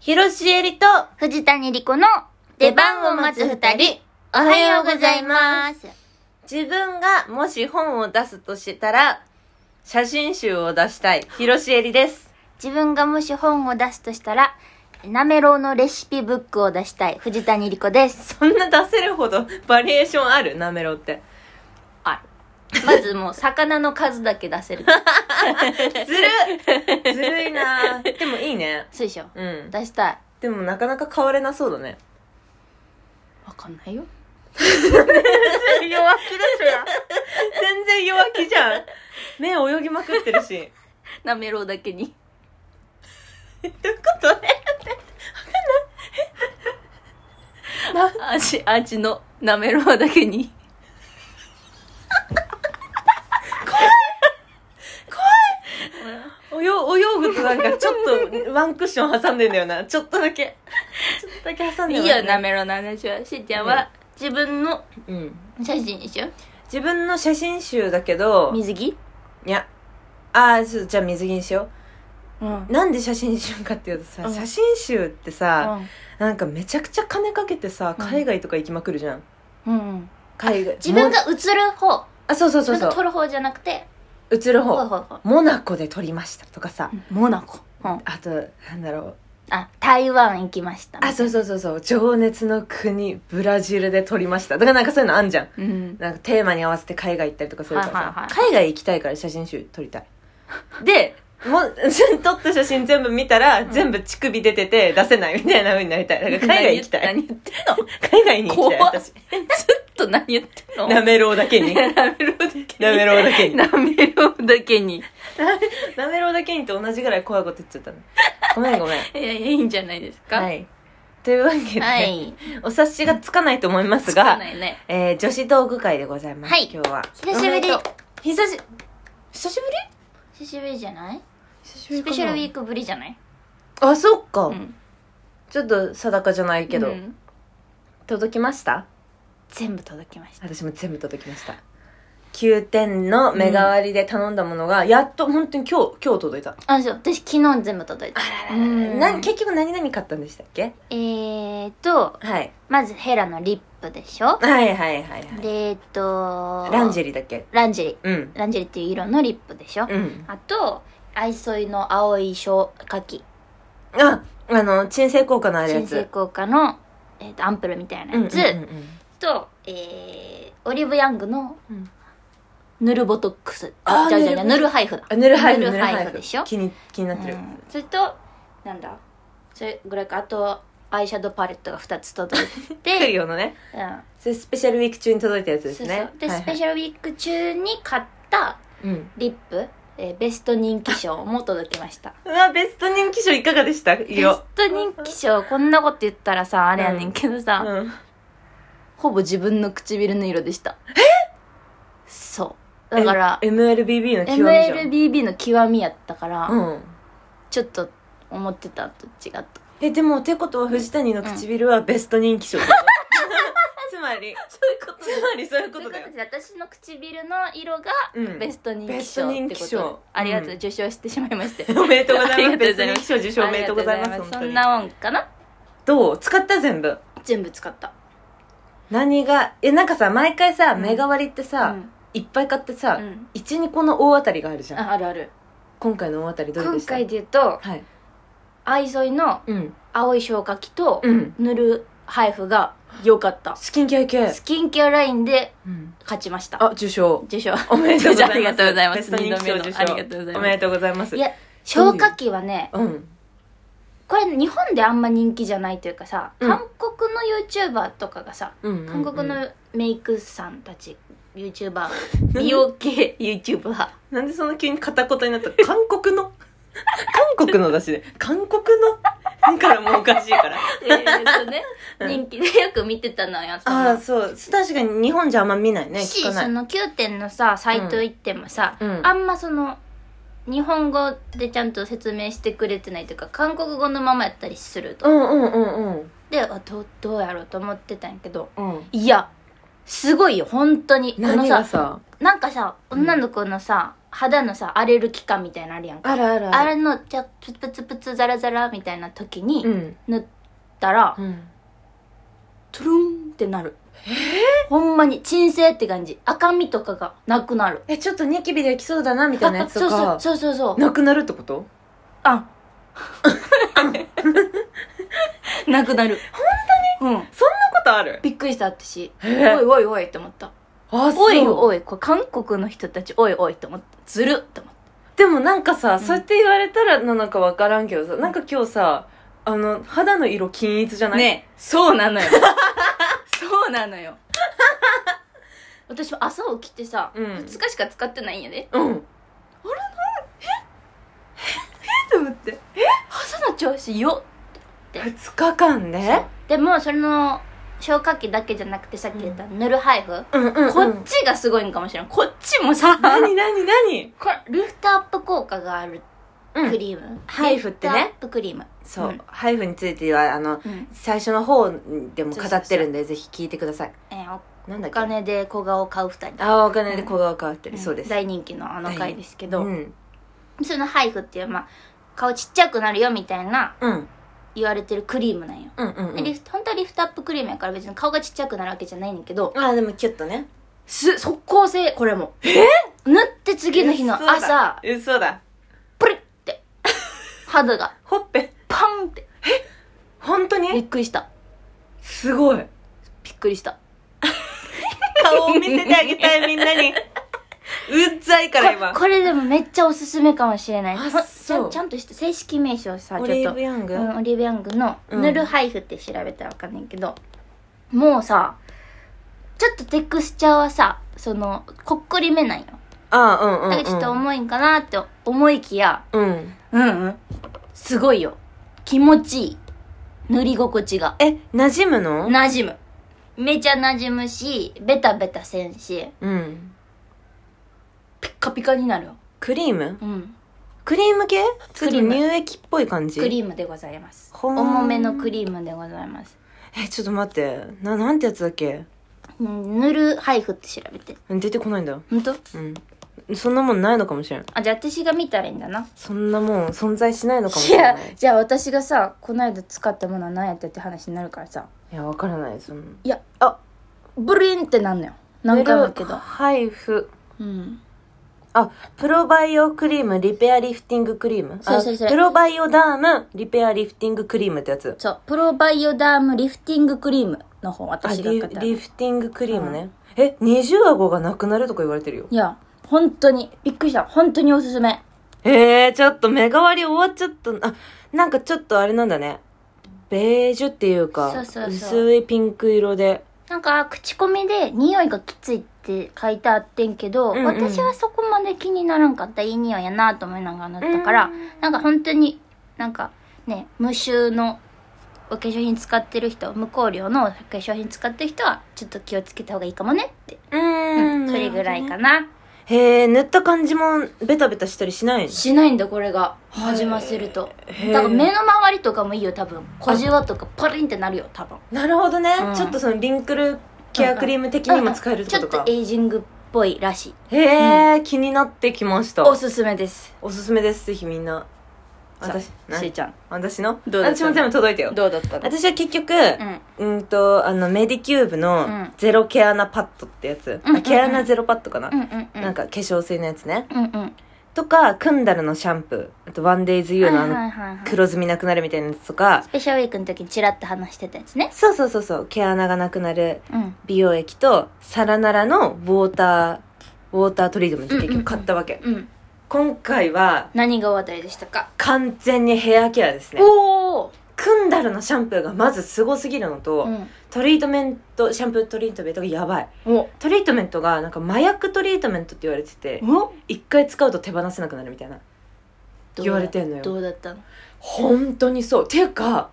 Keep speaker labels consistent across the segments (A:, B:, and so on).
A: 広瀬えりと、
B: 藤谷莉子の
A: 出番を待つ二人、お
B: おはようございます。
A: 自分がもし本を出すとしたら、写真集を出したい、広瀬えりです。
B: 自分がもし本を出すとしたら、なめろうのレシピブックを出したい藤谷莉子です。
A: そんな出せるほどバリエーションあるなめろって。
B: あまずもう魚の数だけ出 せる。
A: ずるずるいなぁでもいいね。
B: そうでしょ。
A: うん。
B: 出したい。
A: でもなかなか変われなそうだね。
B: わかんないよ。
A: 全然弱気ですよ。 全然弱気じゃん。目泳ぎまくってるし。
B: なめろうだけに。
A: どういうことね
B: アジ、アジのなめろうだけに。
A: およ泳ぐとなんかちょっとワンクッション挟んでんだよなちょっとだけちょっとだけ挟ん
B: い
A: で
B: いよ、な
A: め
B: めろうの話は。しーちゃんは、自分の
A: うん
B: 写真でしょ
A: 自分の写真集だけど
B: 水着
A: いやああじゃあ水着にしよ
B: うん
A: う。なんで写真集かっていうとさ、
B: うん
A: 写真集ってさ、なんかめちゃくちゃ金かけてさ
B: うん
A: 海外とか行きまくるじゃん、
B: うん。
A: 海外
B: 自分
A: も
B: が写る方。
A: あそうそうそう
B: 自分が
A: そ
B: 撮る方じゃなくて、
A: う映る
B: ほう
A: 方
B: ほうほう。
A: モナコで撮りましたとかさ、
B: モナコ。うん。
A: あとなんだろう
B: あ、台湾行きました。
A: あそうそうそうそう情熱の国ブラジルで撮りましただからなんかそういうのあんじゃん
B: うん。
A: なんかテーマに合わせて海外行ったりとかするからさ、
B: はいはいはい
A: 海外行きたいから写真集撮りたいでもう 撮った写真全部見たら、
B: ん
A: 全部乳首出てて出せないみたいな風になりたいだから海外行きたい
B: 何言って 何言っ
A: 海外に行きたい
B: 怖っ
A: 私
B: てんのずっと何言ってんの
A: なめろうだけ にな
B: なめろうだけに。
A: めろうだけに
B: なめろうだけに。
A: なめろうだけにと同じぐらい怖いこと言っちゃったのごめんごめん
B: いやいや、いいんじゃないですか。。
A: はいいというわけで、
B: はい。
A: お察しがつかないと思います
B: つ
A: が
B: かないね。
A: えー、女子道具会でございます。
B: はい
A: 今日は。
B: 久しぶり
A: おめでとう久し、久しぶり
B: 久しぶりじゃない
A: 久し
B: スペシャルウィークぶりじゃない
A: ク。あ、そっか、
B: うん。
A: ちょっと定かじゃないけど、
B: うん
A: 届きました
B: 全部届きました。
A: 私も全部届きました。9点の目代わりで頼んだものが、やっと本当に今日、今日届いた。
B: あ、そう。私昨日全部届いた。うん
A: な結局何々買ったんでしたっけ
B: えーと、
A: はい。
B: まずヘラのリップでしょ
A: はいはいはいはい。
B: で、えっと、
A: ランジェ
B: ェリ。
A: リーだっけ
B: ランジェリ。
A: うん。
B: ランジェリっていう色のリップでしょ
A: うん。
B: あと、愛添いの青い消火器。
A: あ、あの、鎮静効果のあるや
B: 新
A: つ。
B: 生効果の、えーとアンプルみたいなやつ、
A: うんうんうんうん
B: と、えー、オリーブヤングの
A: うん
B: ヌルボトックス。
A: あー
B: じゃあじゃあじゃあ
A: ヌ
B: ヌルハイフだ。
A: あ、ぬるはいふ、ぬ
B: ヌ
A: る
B: ル
A: は
B: ハ
A: い
B: イ
A: ふ
B: フでしょ
A: 気に、気になってる。
B: うんそれと、なんだそれぐらいか。あと、アイシャドウパレットが2つ届 い
A: 来る
B: て、
A: よのね。
B: うん、
A: それスペシャルウィーク中に届いたやつ
B: そう
A: です
B: そう
A: ね。
B: で、スペ
A: シ
B: シャルウィーク中に買った
A: ャル。うん。
B: リップ、えーベスト人気賞も届きました。
A: うわ、ベスト人気賞いかがでしたいい
B: ベス
A: よ。
B: ト人気賞、こんなこと言ったらさ、あれやねんけど
A: う
B: さ、
A: ん。
B: ほぼ自分の唇の色でした。えそう。だから、
A: え MLBB の極みじゃん。
B: MLBB の極みやったから、
A: うん。
B: ちょっと思ってたと違った。
A: え、でも、てことは藤谷の唇はベスト人気 賞。つまり、そういうこと。つまりそういうことだよ
B: と。いうことで私の唇の色が
A: うん
B: ベスト人
A: ベ
B: 気
A: スト
B: 賞
A: 人
B: って
A: 気
B: こ
A: 賞
B: とで、ありがとう、
A: うん
B: 受賞してしまいまして
A: おめでとうございます。
B: ありがとう
A: ベ
B: ご
A: スト
B: ざ
A: 人
B: います
A: 気賞受賞おめでとうござい
B: あ
A: ま
B: りがとう
A: す。
B: ございそ
A: 本
B: んなもんかな
A: 当にどう使った全部。
B: 全部使った、
A: 何が、え、なんかさ、毎回さ、
B: うん
A: 目代わりって
B: う
A: さ、
B: ん
A: いっぱい買って
B: う
A: さ、
B: ん
A: 1、2個の大当たりがあるじゃん。
B: ああるある
A: 今回の大当たりどれ
B: 今
A: でした
B: 回で言うと
A: はい。
B: 愛添の
A: うん。
B: 青い消火器と
A: うん。
B: 塗る配布が良かった、
A: スキンケア系。
B: スキンケアラインで
A: うん。
B: 勝ちました
A: あ、受賞。
B: 受賞
A: おめでとう ございます。
B: ありがとうございます
A: ベスト人気賞受賞。
B: 二度目のありがとうございます
A: おめでとうございます。
B: いや消火器はね
A: うん。
B: これ日本であんま人気じゃないというかさ、
A: うん
B: 韓国の YouTuber とかがさ
A: うんうんうん
B: 韓国のメイクさんたち YouTuber 美容系 YouTuber
A: なんでそんな急に片言になった の韓国の韓国のだしで韓国のだからもうおかしいから
B: えーっとね
A: うん
B: 人気でよく見てたのよその
A: ああそう確かに日本じゃあんま見ないね聞
B: し
A: か
B: そ
A: ない
B: の9点のさサイト行ってもさ、
A: うん
B: あんまその日本語でちゃんと説明してくれてないというか韓国語のままやったりすると、
A: うんうんうんうん
B: であどうどうやろうと思ってたんやけど
A: うん
B: いやすごいよ本当にこの
A: 何
B: さ
A: がさ
B: なんかさ
A: うん
B: 女の子のさ、肌のさ荒れる期間みたいなのあるやんか
A: あるある
B: あ
A: る
B: れのじゃプツプツプツザラザラみたいな時に
A: うん、
B: 塗ったら、
A: うん、
B: トゥルンってなるほんまに鎮静って感じ赤みとかがなくなる
A: えちょっとニキビできそうだなみたいなやつとか
B: あ そうそうそうそうそう
A: なくなるってこと
B: あ なくなる本当にうん
A: そんなことある
B: びっくりした私
A: え
B: おいおいおいって思った
A: あ
B: おい
A: そう
B: おいこれ韓国の人たちおいおいって思ったずるって思っ
A: でもなんかさ、
B: ん
A: そうやって言われたらなのかわからんけどさなんか今日さあの肌の色均一じゃ
B: た
A: ない
B: ねえそうなのよ そうな のよ私も朝起きてさ、
A: うん
B: 2日しか使ってないんやで
A: うん
B: と思ってえ朝の調子よ
A: 2日間ね
B: でもその消化器だけじゃなくてさっき言ったぬる配布、
A: うんうん、うん、
B: こっちがすごいんかもしれんこっちもさ
A: 何何何
B: これルフトアップ効果がある
A: う
B: ク
A: ん
B: リーム、
A: 配布ってね
B: リフトアップクリーム
A: そう、
B: うん
A: ハイフについてはあの
B: うん
A: 最初の方でも語ってるんでぜひ聞いてください
B: えー
A: なんだっけ
B: お金で小顔を買う二人
A: あお金で小顔変わってる、そうです
B: 大人気のあの回ですけど、
A: うん
B: そのハイフっていう、まあ、顔ちっちゃくなるよみたいな
A: うん
B: 言われてるクリームなんよ、
A: うんうんう
B: でリフト本当はリフトアップクリームやから別に顔がちっちゃくなるわけじゃないんだけど
A: んあでもキュッとね
B: す速効性これもえ塗って次の日の
A: 嘘だ
B: 朝
A: 嘘だ
B: プリッて肌が
A: ほっぺ
B: パンって
A: 本当
B: びっ
A: に
B: くりした
A: すごい
B: びっくりした
A: 顔を見せてあげたいみんな にうっざいから今
B: ここれでもめっちゃおすすめかもしれない
A: あ
B: ほんち
A: そう
B: ゃんちゃんとして正式名称さ
A: オ
B: ち
A: リー
B: ょっと
A: ブヤング、
B: うん、オリーブ・ヤングの「
A: うん
B: ぬる配布」って調べたらわかんないけど、もうさちょっとテクスチャーはさそのこっこりめないよ
A: あうんうん、うん、
B: だからちょっと重いんかなって思いきや、
A: うん
B: うんうんすごいよ気持ちいい塗り心地が
A: え馴染むの
B: 馴染むめちゃ馴染むしベタベタせんし
A: うん
B: ピッカピカになるよ
A: クリーム
B: うん
A: クリーム系
B: クリーム
A: ちょっと乳液っぽい感じ
B: クリームでございます
A: ほーん
B: 重めのクリームでございます
A: えちょっと待ってななんてやつだっけ
B: うんぬる配布って調べて
A: 出てこないんだよ
B: 本当
A: うんそんなもんないのかもしれん
B: あじゃあ私が見たらいいんだな
A: そんなもん存在しないのかも
B: い
A: しれ
B: や
A: ないい
B: じゃあ私がさこの間使ったものは何やったって話になるからさ
A: やわからないその
B: いや
A: あ
B: ブリンってなんのよ何回も言うけ
A: メル
B: ど
A: 配布
B: うん
A: あプロバイオクリームリペアリフティングクリームあ
B: そうそうそう
A: プロバイオダームリペアリフティングクリームってやつ
B: そうプロバイオダームリフティングクリームの方
A: あ
B: 私が買
A: リ
B: った
A: リ
B: い
A: フティングクリームね、え二重顎がなくなるとか言われてるよ
B: や本当にびっくりした本当におすすめ
A: えー、ちょっと目変わり終わっちゃったあなんかちょっとあれなんだねベージュっていうか
B: そうそうそう
A: 薄いピンク色で
B: なんか口コミで匂いがきついって書いてあってんけど、
A: うんうん
B: 私はそこまで気にならんかったいい匂いやなと思いながら塗ったから、
A: うん
B: なんか本当になんかね無臭のお化粧品使ってる人無香料のお化粧品使ってる人はちょっと気をつけた方がいいかもねって、
A: う
B: うんそれぐらいかな、
A: へえ塗った感じもベタベタしたりしないの
B: しないんだこれが
A: へー
B: 始ませると
A: へー
B: だから目の周りとかもいいよ多分小じわとかパリンってなるよ多分
A: なるほどね、
B: うん
A: ちょっとそのリンクルケアクリーム的にも使えるって
B: ち
A: こ
B: ょっ
A: とか
B: と、エイジングっぽいらしい
A: へえ、気になってきました
B: おすすめです
A: おすすめですぜひみんな私
B: さあ
A: な
B: しーちゃん
A: 私の
B: どうだった
A: 私も全部届いたよ
B: どうだったの
A: 私は結局、
B: うん
A: うん、とあのメディキューブ
B: う
A: の
B: ん
A: ゼロ毛穴パッドってやつ、
B: うんうんうん
A: あ毛穴ゼロパッドかな、
B: うんうんうん
A: なんか化粧水のやつね
B: うんうん
A: とかクンダルのシャンプーあとワンデイズユーのあ
B: はい
A: の
B: はいはいはい
A: 黒ずみなくなるみたいなやつとか
B: スペシャルウィークの時にチラッと話してたやつね
A: そうそうそうそう毛穴がなくなる
B: うん
A: 美容液とサラナラのウォーターウォータートリートメント
B: うん
A: っ
B: うんう
A: て
B: ん
A: 結局買ったわけ、
B: うん
A: 今回は
B: 何がお当たりでしたか
A: 完全にヘアケアですね
B: おお、
A: クンダルのシャンプーがまずすごすぎるのと、
B: うん、
A: トリートメントシャンプートリートメントがやばい
B: お
A: トリートメントがなんか麻薬トリートメントって言われてて
B: お
A: 一回使うと手放せなくなるみたいな言われてんのよ
B: どうだったの
A: 本当にそうていうか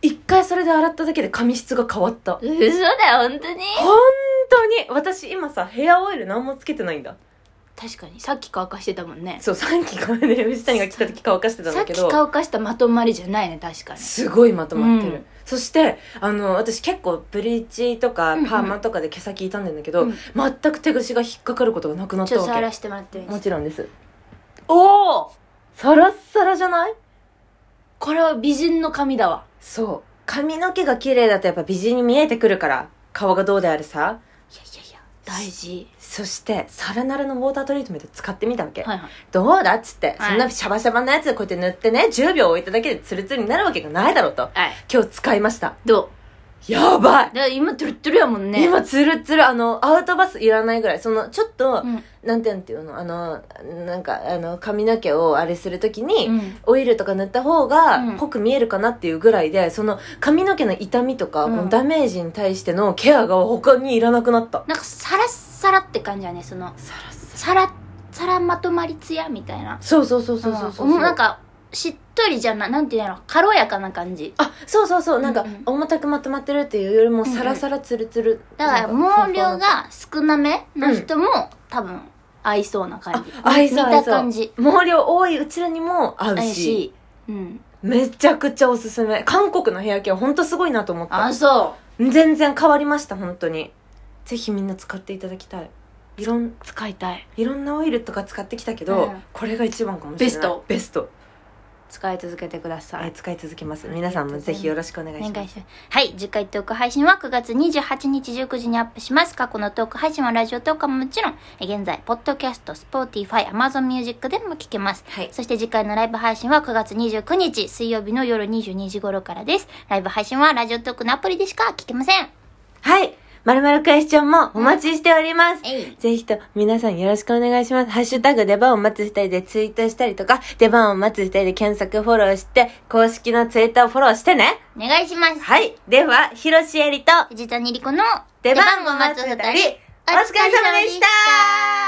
A: 一回それで洗っただけで髪質が変わった
B: 嘘だ本当
A: 本
B: に
A: 当に私今さヘアオイル何もつけてないんだ
B: 確かにさっき乾かしてたもんね
A: そうさっきこれで藤谷が来た時乾かしてたん
B: さ
A: だ
B: っ
A: け
B: き
A: ど
B: 乾かしたまとまりじゃないね確かに
A: すごいまとまってる、
B: うん
A: そしてあの私結構ブリーチとか
B: うんうん
A: パーマとかで毛先傷んでんだけど、
B: うん
A: 全く手ぐしが引っかかることがなくなっ
B: ち
A: た
B: ょっ
A: わ
B: と触
A: け
B: らせてもらってもいいで
A: も
B: すか
A: ちろんです
B: おお
A: サラッサラじゃない
B: これは美人の髪だわ
A: そう髪の毛が綺麗だとやっぱ美人に見えてくるから顔がどうであれさ
B: いやいやいや大事
A: そしてサラナラのウォータートリートメント使ってみたわけ、
B: はいはい
A: どうだっつって、
B: はい
A: そんなシャバシャバなやつでこうやって塗ってね10秒置いただけでツルツルになるわけがないだろうと
B: はい
A: 今日使いました
B: ど
A: やばいう
B: だから今トゥルットゥルやもんね
A: 今ツルツルあのアウトバスいらないぐらいそのちょっと、
B: うん
A: なんていうのっていうのあのなんかあの髪の毛をあれするときに、
B: うん
A: オイルとか塗った方
B: う
A: が
B: ん
A: 濃く見えるかなっていうぐらいで、その髪の毛の痛みとか、
B: うん
A: もうダメージに対してのケアが他にいらなくなった
B: なんかサラッサラって感じやねその
A: サラサ
B: サラサラまとまりツヤみたいな
A: ラそうそうそうそうそうそう
B: うんなんかしっとりじゃななんていうの軽やかな感じ
A: あそうそうそうなんか、
B: うんうん
A: 重たくまとまってるっていうよりも
B: んうん
A: サラサラツルツル、
B: だから毛量が少なめの人も、多分合いそうな感じ
A: あ合いそう
B: 見
A: 合い
B: た
A: そう
B: 感じ
A: 毛量多いうちらにも合う
B: 合
A: し
B: いしうん
A: めちゃくちゃおすすめ韓国のヘアケアほんとすごいなと思った
B: あそ
A: 全然変わりました本当にぜひみんな使っていただきたいいろん
B: う使いたい
A: いろんなオイルとか使ってきたけど、
B: うん
A: これが一番かもしれない
B: ベスト
A: ベスト、
B: 使い続けてくださ
A: え
B: い
A: ー使い続けます皆さんもぜひよろしくお願い
B: お
A: し
B: 願
A: ま
B: い
A: す
B: しますはい次回トーク配信は9月28日19時にアップします過去のトーク配信はラジオトークももちろんえ現在ポッドキャストスポーティファイアマゾンミュージックでも聞けます
A: はい
B: そして次回のライブ配信は9月29日水曜日の夜22時頃からですライブ配信はラジオトークのアプリでしか聞けません
A: はいまるまるクエスチョンもお待ちしております、
B: えい
A: ぜひと皆さんよろしくお願いします。ハッシュタグ出番を待つ二人でツイートしたりとか、出番を待つ二人で検索フォローして、公式のツイッターをフォローしてね。
B: お願いします
A: はい。では、ひろしえりと、
B: 藤谷莉子の
A: 出番を待つ二人、お疲れ様でした